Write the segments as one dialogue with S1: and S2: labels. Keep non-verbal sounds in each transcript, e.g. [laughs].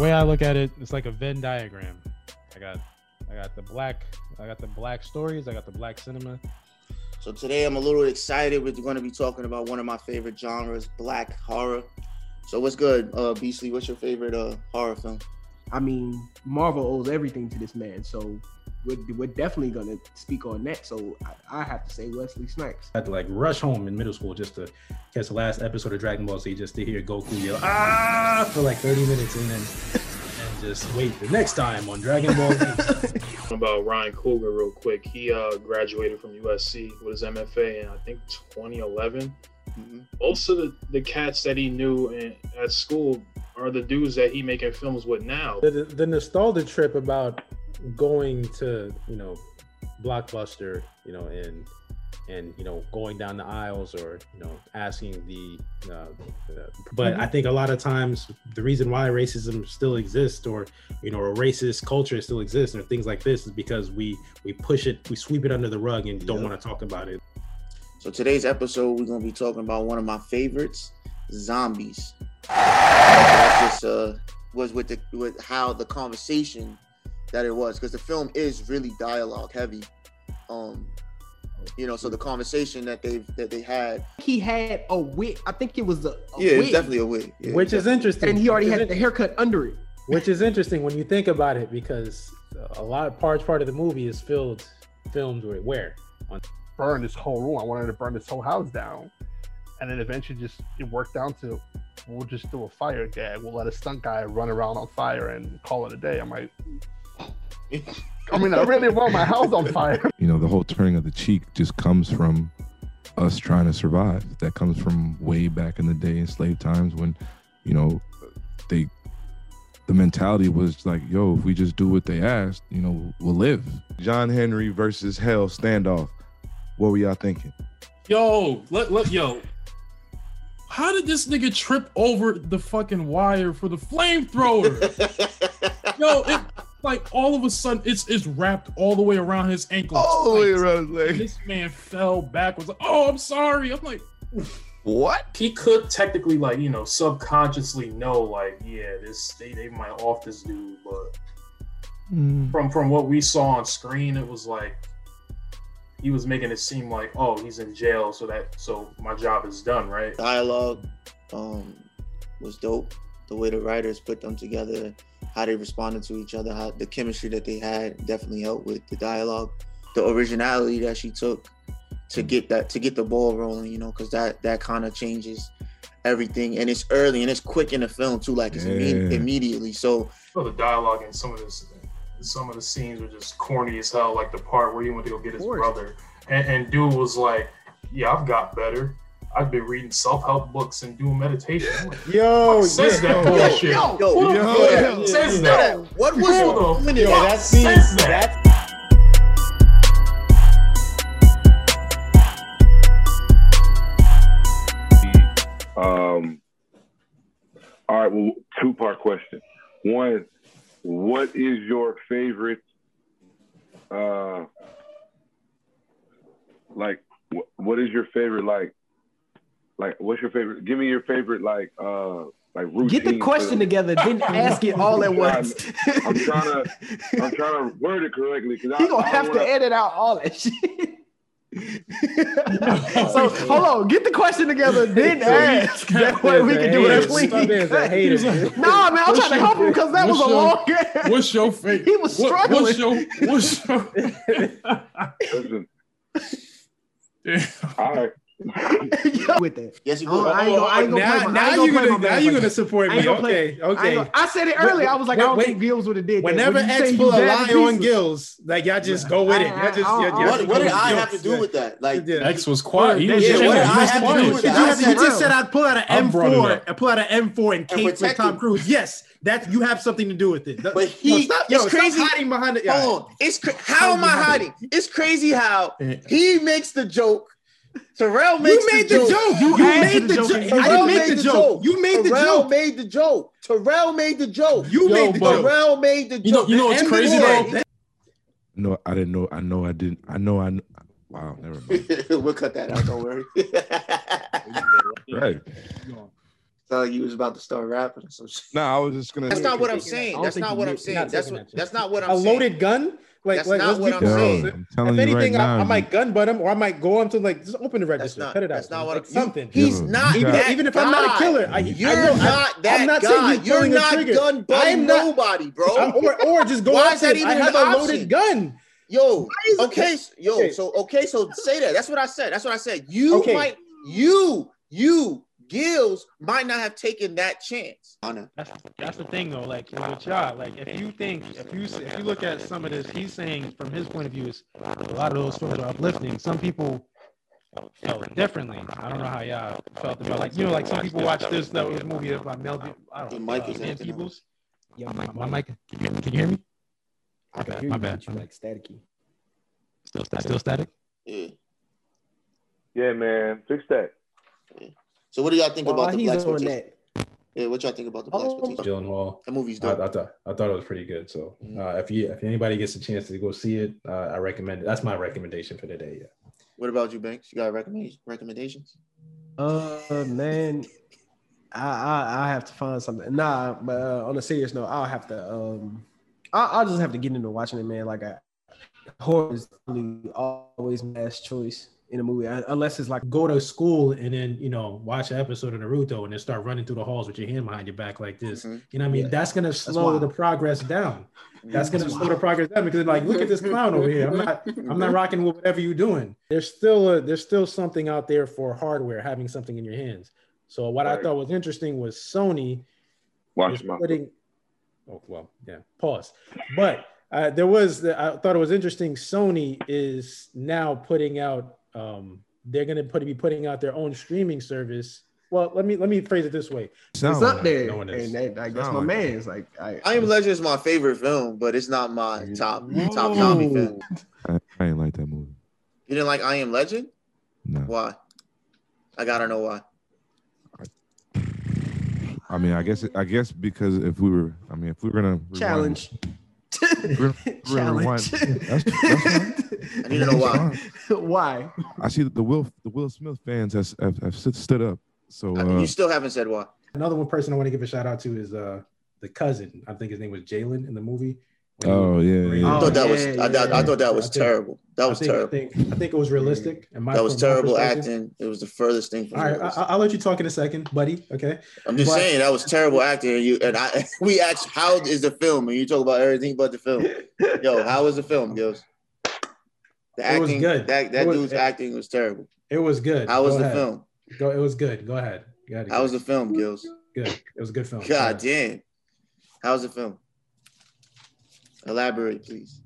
S1: I look at it, it's like a Venn diagram. I got I got the black I got the black stories, I got the black cinema.
S2: So today I'm a little excited. We're going to be talking about one of my favorite genres, black horror. So what's good, uh, Beasley? What's your favorite uh, horror film?
S3: I mean, Marvel owes everything to this man, so we're, we're definitely gonna speak on that. So I, I have to say Wesley Snipes.
S4: I had to like rush home in middle school just to catch the last episode of Dragon Ball Z, just to hear Goku yell ah for like 30 minutes, and then and just wait the next time on Dragon Ball Z.
S5: about Ryan Coogler real quick. He uh, graduated from USC with his MFA in I think 2011.
S2: Mhm.
S5: Most of the, the cats that he knew in, at school are the dudes that he making films with now.
S1: The, the nostalgia trip about going to you know blockbuster, you know, and and you know going down the aisles or you know asking the. Uh, uh, but
S3: Mm-hmm.
S1: I think a lot of times the reason why racism still exists or you know a racist culture still exists or things like this is because we we push it, we sweep it under the rug and don't
S2: Yeah.
S1: want to talk about it.
S2: So today's episode, we're gonna be talking about one of my favorites, zombies. That's just uh, was with the with how the conversation that it was because the film is really dialogue heavy, um, you know. So the conversation that they have that they had,
S3: He had a wig. I think it was a, a
S2: yeah, it's
S3: wig,
S2: definitely a wig. Yeah,
S1: Which is interesting.
S3: and he already
S1: Which is
S3: had the haircut under it.
S1: which is interesting when you think about it because a lot of parts part of the movie is filled filmed with where
S6: burn this whole room. I wanted to burn this whole house down. And then eventually just it worked down to we'll just do a fire gag. We'll let a stunt guy run around on fire and call it a day. I'm like I mean, I really want my house on fire.
S7: you know the whole turning of the cheek just comes from us trying to survive that comes from way back in the day in slave times when you know they the mentality was like yo if we just do what they asked you know we'll live john henry versus hell standoff what were y'all thinking
S8: Yo, let, let yo. How did this nigga trip over the fucking wire for the flamethrower?
S2: [laughs]
S8: yo, it like all of a sudden it's it's wrapped all the way around his ankle. Like,
S7: around his
S8: This man fell backwards. Like, oh, I'm sorry. I'm like,
S7: what
S5: He could technically like you know subconsciously know like yeah this they, they might off this dude, but
S3: Mm.
S5: from from what we saw on screen, it was like he was making it seem like oh he's in jail, so that so my job is done, right?
S2: dialogue um, was dope. The way the writers put them together, how they responded to each other, how the chemistry that they had definitely helped with the dialogue, the originality that she took to get that to get the ball rolling. You know, because that that kind of changes everything, and it's early and it's quick in the film too. Like it's imme-
S7: Yeah.
S2: immediately. So
S5: Well, the dialogue in some of this, some of the scenes were just corny as hell. Like the part where he went to go get his
S3: Of course.
S5: brother, and, and dude was like, "Yeah, I've got better. I've been reading self help books and doing meditation." I'm like,
S1: yo
S5: Who says that
S7: yo,
S3: [laughs]
S5: bullshit?
S3: yo,
S2: yo,
S5: Who the
S7: yo,
S5: fuck
S7: yo,
S5: says
S2: yo,
S5: that?
S2: what was
S5: Yo,
S2: doing
S1: yo,
S2: it?
S1: that scene
S5: says that?
S1: that
S9: Um, all right, well, two part question. One, is, what is your favorite, uh, like, wh- what is your favorite, like, like, what's your favorite? Give me your favorite, like, uh, like routine.
S3: Get the
S9: for-
S3: question [laughs] together, then ask it all at
S9: I'm
S3: once.
S9: I'm trying to, I'm trying to word it correctly
S3: [laughs]
S9: because
S3: He gonna have
S9: wanna,
S3: to edit out all that shit. [laughs] so hold on, get the question together, then ask. That way we can do it clean. cut. [laughs]
S1: hater.
S3: Nah, man, I'm trying to help him because that was a
S8: What's your-
S3: long. game.
S8: what's your fate?
S3: He was
S8: What- what's
S3: struggling.
S8: your what's your?
S9: Listen,
S8: Damn.
S9: all right.
S3: With that,
S2: Yes, you
S3: Oh,
S2: would.
S3: I ain't gonna- I ain't gonna play
S1: now
S3: my- I
S1: now
S3: ain't
S1: you're gonna
S3: gonna play my
S1: now
S3: bad
S1: you're
S3: like
S1: gonna
S3: that.
S1: support
S3: I ain't
S1: me.
S3: gonna play-
S1: Okay,
S3: I, ain't
S1: okay.
S3: gonna- I said it earlier. I was like, I don't
S1: Wait,
S3: think Gills would have did that.
S1: Whenever
S3: When you say
S1: X
S3: you
S1: pull a
S3: bad at
S1: lie on
S3: pieces-
S1: Gills, like y'all just go with it. Y'all just, y'all, y'all
S2: oh, What,
S1: just
S2: what
S1: go
S2: did
S1: with
S2: I
S1: Gills.
S2: have to do with that? Like,
S1: Yeah.
S8: X was quiet. He was
S1: Yeah,
S8: just-
S1: what
S8: he
S1: did I
S8: was
S2: have to do
S8: quiet.
S2: with
S1: Did
S2: that?
S1: you, have, you
S2: That's
S1: just said I'd pull out an
S8: I'm brought it
S1: M4
S8: up.
S1: and pull out an M4 and
S2: And
S1: cake with
S2: protect
S1: Tom
S2: him.
S1: Cruise. Yes, that you have something to do with it.
S2: But he-
S1: stop,
S2: it's
S1: yo,
S2: crazy-
S1: Stop hiding behind it. Yeah.
S2: Hold on. It's cra- how am I hiding? It's crazy how
S8: Yeah.
S2: he makes the joke. Terrell makes
S1: You made the joke. You,
S3: asked
S1: made
S3: for
S1: the
S3: the
S1: joke.
S3: joke, and you
S1: I didn't
S2: Terrell
S1: make the joke. You made the
S2: Terrell
S1: joke.
S2: made the joke. Terrell made the joke.
S1: You
S8: Yo,
S1: made the
S8: but-
S1: joke.
S2: Terrell made the joke.
S8: You know, you know what's
S1: And
S8: crazy
S1: before
S8: though.
S1: that-
S7: no i didn't know i know i didn't i know i kn- wow
S2: [laughs]
S7: never mind
S2: we'll cut that out. Don't worry.
S7: right
S2: Sound like you was about to start rapping or some shit.
S7: No, I was just gonna.
S2: That's not what I'm
S1: taking that. I
S2: saying.
S1: don't
S2: That's
S1: think
S2: not
S1: you
S2: what
S1: did.
S2: I'm
S1: You're
S2: saying.
S1: not
S2: That's
S1: taking that shit.
S2: that's not what I'm
S1: a
S2: saying.
S1: loaded gun. Like,
S2: That's
S1: like
S2: not
S1: let's
S2: what
S1: be
S2: I'm
S7: Yo,
S1: honest.
S2: saying.
S7: I'm
S1: If
S7: telling you right
S1: anything,
S7: now.
S1: I, I might
S7: you-
S1: gun butt him, or I might go up to him, like just open the register,
S2: not-
S1: cut it out.
S2: that's not what
S1: like,
S2: I'm-
S1: something.
S7: you-
S2: He's
S7: you
S2: not
S1: even,
S7: got-
S2: that
S1: even if I'm not
S2: guy.
S1: a killer, I,
S2: You're
S1: I know, I-
S2: not that
S1: I'm not
S2: guy.
S1: saying
S2: You're
S1: pulling a
S2: not
S1: trigger.
S2: gun butting
S1: I'm not-
S2: nobody, bro.
S1: I'm- or or just go
S2: Why
S1: up
S2: is
S1: to
S2: that
S1: him.
S2: even
S1: I have
S2: an
S1: a
S2: option?
S1: loaded gun.
S2: Yo,
S1: is it-
S2: okay, s- yo,
S1: Okay.
S2: so okay, so say that. That's what I said. That's what I said. You
S1: Okay.
S2: might, you, you, Gills might not have taken that chance. I know.
S10: That's that's the thing though. Like with y'all, like if you think if you s- if you look at some of this, he's saying from his point of view is a lot of those films are uplifting. Some people felt differently. I don't know how y'all felt about like you know like some people watch this though this movie by Mel. Gib- I
S2: Your
S10: don't know.
S2: mic is
S10: uh, Dan
S2: acting up.
S10: Peebles. Yeah, my, my mic. Can you, can you hear me?
S3: I can
S10: bad,
S3: hear
S10: my
S3: you,
S10: bad.
S3: but you like staticky.
S10: Still static. Still static.
S2: Yeah.
S9: Yeah, man, fix that.
S2: So what do y'all think
S3: While
S2: about the
S3: he's
S2: black
S3: on
S2: exploitation?
S3: that,
S2: Yeah, what y'all think about the black
S3: Oh.
S2: exploitation?
S4: Gyllenhaal.
S2: That movie's
S4: I,
S2: dope.
S4: I thought I thought it was pretty good. So
S2: Mhm.
S4: uh, if you if anybody gets a chance to go see it, uh, I recommend it. That's my recommendation for today. Yeah.
S2: What about you, Banks? You got recommend- recommendations?
S3: Uh man, I I I have to find something. Nah, but uh, on a serious note, I'll have to um, I I'll just have to get into watching it, man. Like I, horror is probably always my last choice in a movie, un- unless it's like
S4: Go to school and then you know watch an episode of Naruto and then start running through the halls with your hand behind your back like this.
S2: Mhm.
S4: You know what I mean?
S3: Mm-hmm. Yeah.
S4: That's gonna slow
S3: wild.
S4: the progress down. That's gonna
S3: That's
S4: slow the progress down because like look at this clown over here. I'm not I'm not rocking with whatever you're doing. There's still a, there's still something out there for hardware having something in your hands. So what I
S9: Right.
S4: thought was interesting was Sony
S9: Watch
S4: is
S9: my.
S1: putting-
S4: Oh well, yeah. Pause. But uh, there was. I thought it was interesting. Sony is now putting out. Um, they're going to put, be putting out their own streaming service. Well, let me let me phrase it this way.
S3: it's
S7: sound
S3: up
S7: like-
S3: there,
S4: no one is.
S3: and that, like, that's
S7: Sound
S3: my
S7: like-
S3: man's. Like I,
S2: I Am Legend is my favorite film, but it's not my top top zombie film.
S7: I, I ain't like that movie.
S2: You didn't like I Am Legend?
S7: No,
S2: Why? I gotta know why.
S7: I mean, I guess I guess because if we were, I mean, if we were gonna rewind-
S3: challenge.
S7: we're gonna
S3: challenge.
S7: rewind- that's- that's
S2: I need to know why.
S3: [laughs]
S7: fine.
S3: Why?
S7: [laughs] I see that the Will the Will Smith fans have have, have stood- stood up. So
S2: I mean,
S7: uh,
S2: you still haven't said why.
S4: Another one person I want to give a shout out to is uh the cousin. I think his name was Jalen in the movie. When he-
S7: oh yeah, yeah.
S2: I
S3: Oh,
S2: thought that
S3: yeah,
S2: was I, thought, I
S4: yeah.
S2: thought that was
S4: I think-
S2: terrible. That was
S4: I think,
S2: terrible.
S4: I think I think it was realistic. And my
S2: That was
S4: from my
S2: terrible
S4: perspective-
S2: acting. It was the furthest thing from
S4: All right, I,
S2: realism.
S4: I'll let you talk in a second, buddy. Okay.
S2: I'm just
S4: but-
S2: saying that was terrible acting. And you and I, [laughs] we asked how is the film, and you talk about everything but the film. Yo, how was the film, Gills?
S4: It
S2: The acting,
S4: was good.
S2: that that
S4: It was-
S2: dude's
S4: it-
S2: acting was terrible.
S4: It was good.
S2: How was
S4: Go
S2: the
S4: ahead.
S2: film?
S4: Go. It was good. Go ahead. Go ahead.
S2: How was the film, Gills?
S4: good? It was a good film.
S2: God damn. How was the film? Elaborate, please.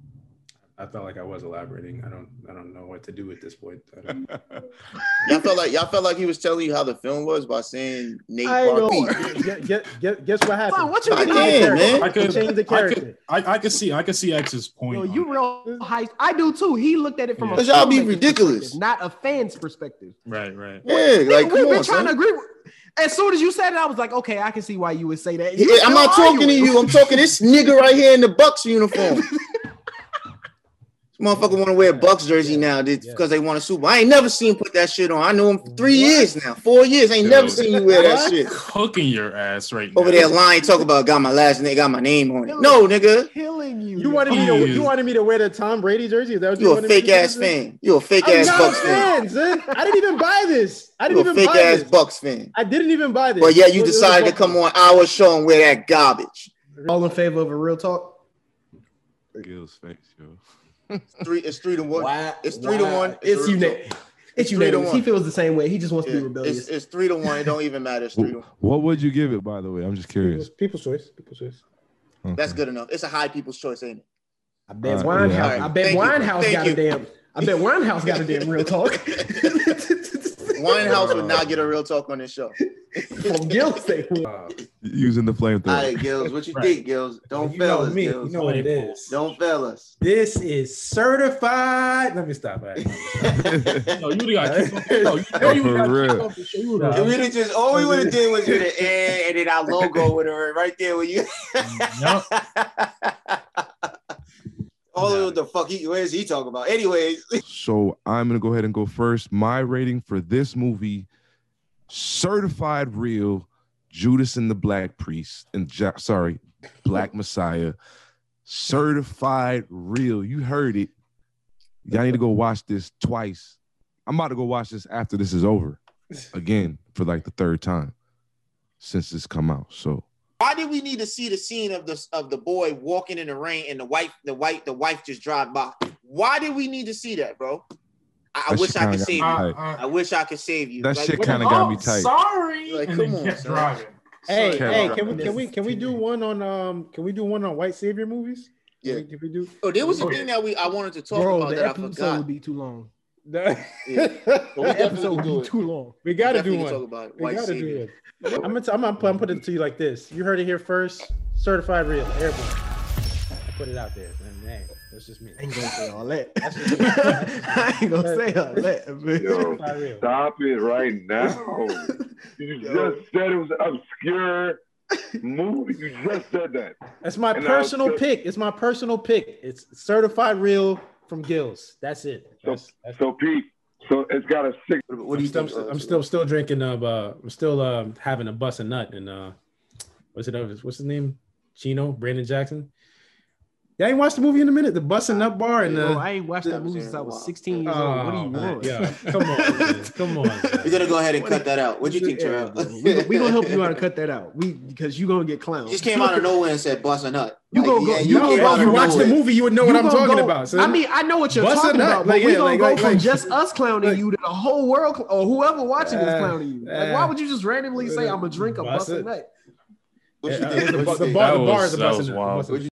S4: I felt like I was elaborating. I don't I don't know what to do at this point. I don't, [laughs]
S2: Y'all felt like y'all felt like he was telling you how the film was by saying Nate
S1: I know.
S4: [laughs]
S2: Barbeat.
S1: Get, get, get, guess what happened?
S3: Son, what you
S2: God
S3: been
S2: damn,
S8: I
S2: man.
S1: They
S8: could,
S1: changed the
S8: I could,
S1: character.
S8: I, I could see, I could see X's point.
S3: Yo,
S8: on
S3: you
S8: that.
S3: real high. I do too. He looked at it from a
S2: But y'all be
S3: filmmaker's
S2: ridiculous.
S3: perspective, not a fan's perspective.
S8: right, right.
S2: Yeah,
S3: Nigga,
S2: like
S3: we've
S2: come
S3: been
S2: on,
S3: trying
S2: son.
S3: to agree. With, as soon as you said it, I was like, okay, I can see why you would say that.
S2: Yeah, I'm not talking to you. I'm talking to this nigga right here in the
S1: [laughs]
S2: Bucks uniform. this motherfucker want to wear a Bucks jersey now because they want a Super. Bowl. I ain't never seen him put that shit on. I know him for three years now, four years. ain't never
S8: Dude.
S2: seen you wear that shit.
S8: Cooking your ass right now.
S2: Over there, lying, talk about got my last name, got my name on it. No, nigga,
S3: Killing you.
S1: You wanted
S2: Oh,
S1: me to
S8: Jeez.
S1: you wanted me to wear the Tom Brady jersey? Is that what you,
S2: you a
S1: wanted me to
S2: fake
S1: do,
S2: ass
S1: Vincent?
S2: fan. You a fake
S1: I'm
S2: ass
S1: not a
S2: Bucks
S1: fan,
S2: fan.
S1: son. I didn't even buy this. I
S2: You
S1: didn't
S2: a
S1: even
S2: fake
S1: buy
S2: ass
S1: this.
S2: Bucks fan.
S1: I didn't even buy this.
S2: But yeah,
S1: It
S2: you
S1: was a
S2: decided to
S1: Bucks-
S2: come on our show and wear that garbage.
S3: All in favor of a real talk?
S2: Oh.
S7: Gil's face, yo.
S2: Three, it's three to one.
S3: Wow.
S2: It's three to one.
S3: It's
S2: a real
S3: unanimous. It's
S2: It's three to
S3: unanimous. He
S2: one.
S3: feels the same way. He just wants
S2: talk.
S3: to be
S2: Yeah, it's,
S3: rebellious.
S2: it's three to one. It don't even matter. It's three to one.
S7: What would you give it, by the way? I'm just curious.
S1: People's, people's choice. People's choice.
S7: Okay.
S2: That's good enough. It's a high people's choice, ain't it?
S3: I bet
S7: Uh,
S3: Winehouse.
S7: yeah,
S2: I-
S3: I bet
S2: Thank you.
S3: Winehouse
S2: Thank
S3: got a
S2: you.
S3: damn. I bet Winehouse got a damn
S2: [laughs]
S3: real talk. [laughs]
S2: Winehouse would not get a real talk on this show.
S3: From Gil's sake.
S4: uh,
S7: Using the flamethrower.
S2: All right, Gills, what you
S4: Right.
S2: think, Gills? Don't
S4: Uh, you
S2: fail
S4: know
S2: us,
S4: me. You
S2: Gills.
S4: know what it is.
S2: Don't
S4: [laughs]
S2: fail us.
S4: This is certified. Let me stop. All right.
S8: No, you would've got kicked off the show. You know you
S7: For
S8: would've got kicked
S7: real.
S8: off the show. You would've-
S2: If we did just all we would have did was
S4: [laughs]
S2: hit an eh, and then our logo would have right there with you. [laughs]
S8: Yup.
S2: all of the fuck he where's he talking about? Anyways,
S7: So I'm gonna go ahead and go first. My rating for this movie, certified real, Judas and the Black Priest, and Ja- sorry, Black Messiah, certified real. You heard it. Y'all need to go watch this twice. I'm about to go watch this after this is over, again for like the third time since this come out. So
S2: Why did we need to see the scene of the of the boy walking in the rain and the wife the wife the wife just drive by? Why did we need to see that, bro? I, I
S7: That
S2: wish
S7: shit
S2: I
S7: kinda
S2: could
S7: got
S8: Uh,
S2: save
S7: me
S2: you.
S7: tight.
S5: I-
S2: I wish I could save you.
S7: That
S2: Like,
S7: shit
S2: what-
S7: kinda got me tight.
S5: Sorry,
S2: Like,
S5: and
S2: come
S5: then
S2: on,
S5: kept
S2: son.
S5: driving.
S4: Hey,
S7: Sorry.
S4: hey, can we can we can we do one on um can we do one on white savior movies?
S2: Yeah.
S4: Can we, can we do
S2: Oh, there was a
S5: Okay.
S2: thing that we I wanted to talk
S3: Bro,
S2: about
S3: the
S2: that I
S3: episode
S2: forgot.
S3: would be too long.
S4: [laughs]
S2: But we
S3: The
S2: definitely
S3: episode
S2: can do
S3: would be
S2: it.
S3: too long.
S4: we gotta do
S2: Definitely can
S4: one.
S2: Talk about it.
S4: We
S2: White
S4: gotta
S2: savior.
S4: do one. I'm gonna t- I'm gonna I'm gonna put it to you like this. You heard it here first. Certified real airborne. I put it out there. Man, man, that's just me.
S3: I ain't gonna say all that.
S4: That's just-
S3: [laughs] I ain't gonna say all that.
S4: [laughs]
S3: man.
S9: Yo,
S4: Certified real.
S9: stop it right now. You
S2: Yo.
S9: just said it was an obscure movie. You just said that.
S4: That's my
S9: And I'll
S4: personal
S9: say-
S4: pick. It's my personal pick. It's certified real from Gills. That's it.
S9: So,
S4: That's, that's
S9: so Pete, so it's got a six.
S2: What do
S4: I'm
S2: you
S4: still,
S2: think?
S4: I'm still still drinking uh, uh I'm still um having a bust a nut and uh what's it uh, what's his name? Chino, Brandon Jackson. Y'all ain't watched the movie in a minute, the Bustin' Nut Bar and
S3: Bro,
S4: uh
S3: I ain't watched
S2: that
S3: that
S2: was
S3: movie
S2: in
S3: since
S2: a
S3: I
S2: while.
S3: was 16 years old. What do
S4: oh,
S3: you
S4: man,
S3: want?
S4: yeah, come on, man. come
S3: [laughs]
S4: on. man.
S2: We're gonna go ahead and cut that out. What do you think,
S3: Yeah,
S2: Terrell?
S3: bro. we gon- we gonna help you out and cut that out. We because you gonna get clowned.
S2: You [laughs] just came out of nowhere and said bust a nut.
S3: You gonna go- you
S4: No,
S3: came
S4: bro,
S3: out
S4: if you
S3: of
S4: watch the
S2: nowhere.
S4: movie, you would know
S3: You
S4: what I'm
S3: gonna
S4: talking
S3: go-
S4: about. son.
S3: I mean, I know what you're
S4: Bust a
S3: talking
S4: nut.
S3: about, but
S4: Like,
S3: we
S4: yeah,
S3: gonna
S4: like-
S3: go
S4: like-
S3: from
S4: like-
S3: just us clowning
S4: Like-
S3: you to the whole world cl- or whoever watching
S4: Uh,
S3: is clowning you. Like, why
S4: uh,
S3: would you just randomly say I'm gonna drink a
S4: bust
S3: Eh, bust a
S4: it.
S3: nut?
S2: What you
S4: Yeah,
S2: think?
S4: the,
S2: What you
S4: the
S2: think?
S4: bar,
S8: That
S4: the bar
S8: was-
S4: is a
S8: that
S4: Bustin'
S8: was
S4: Nut.
S8: wild.
S4: Bustin'
S2: What'd you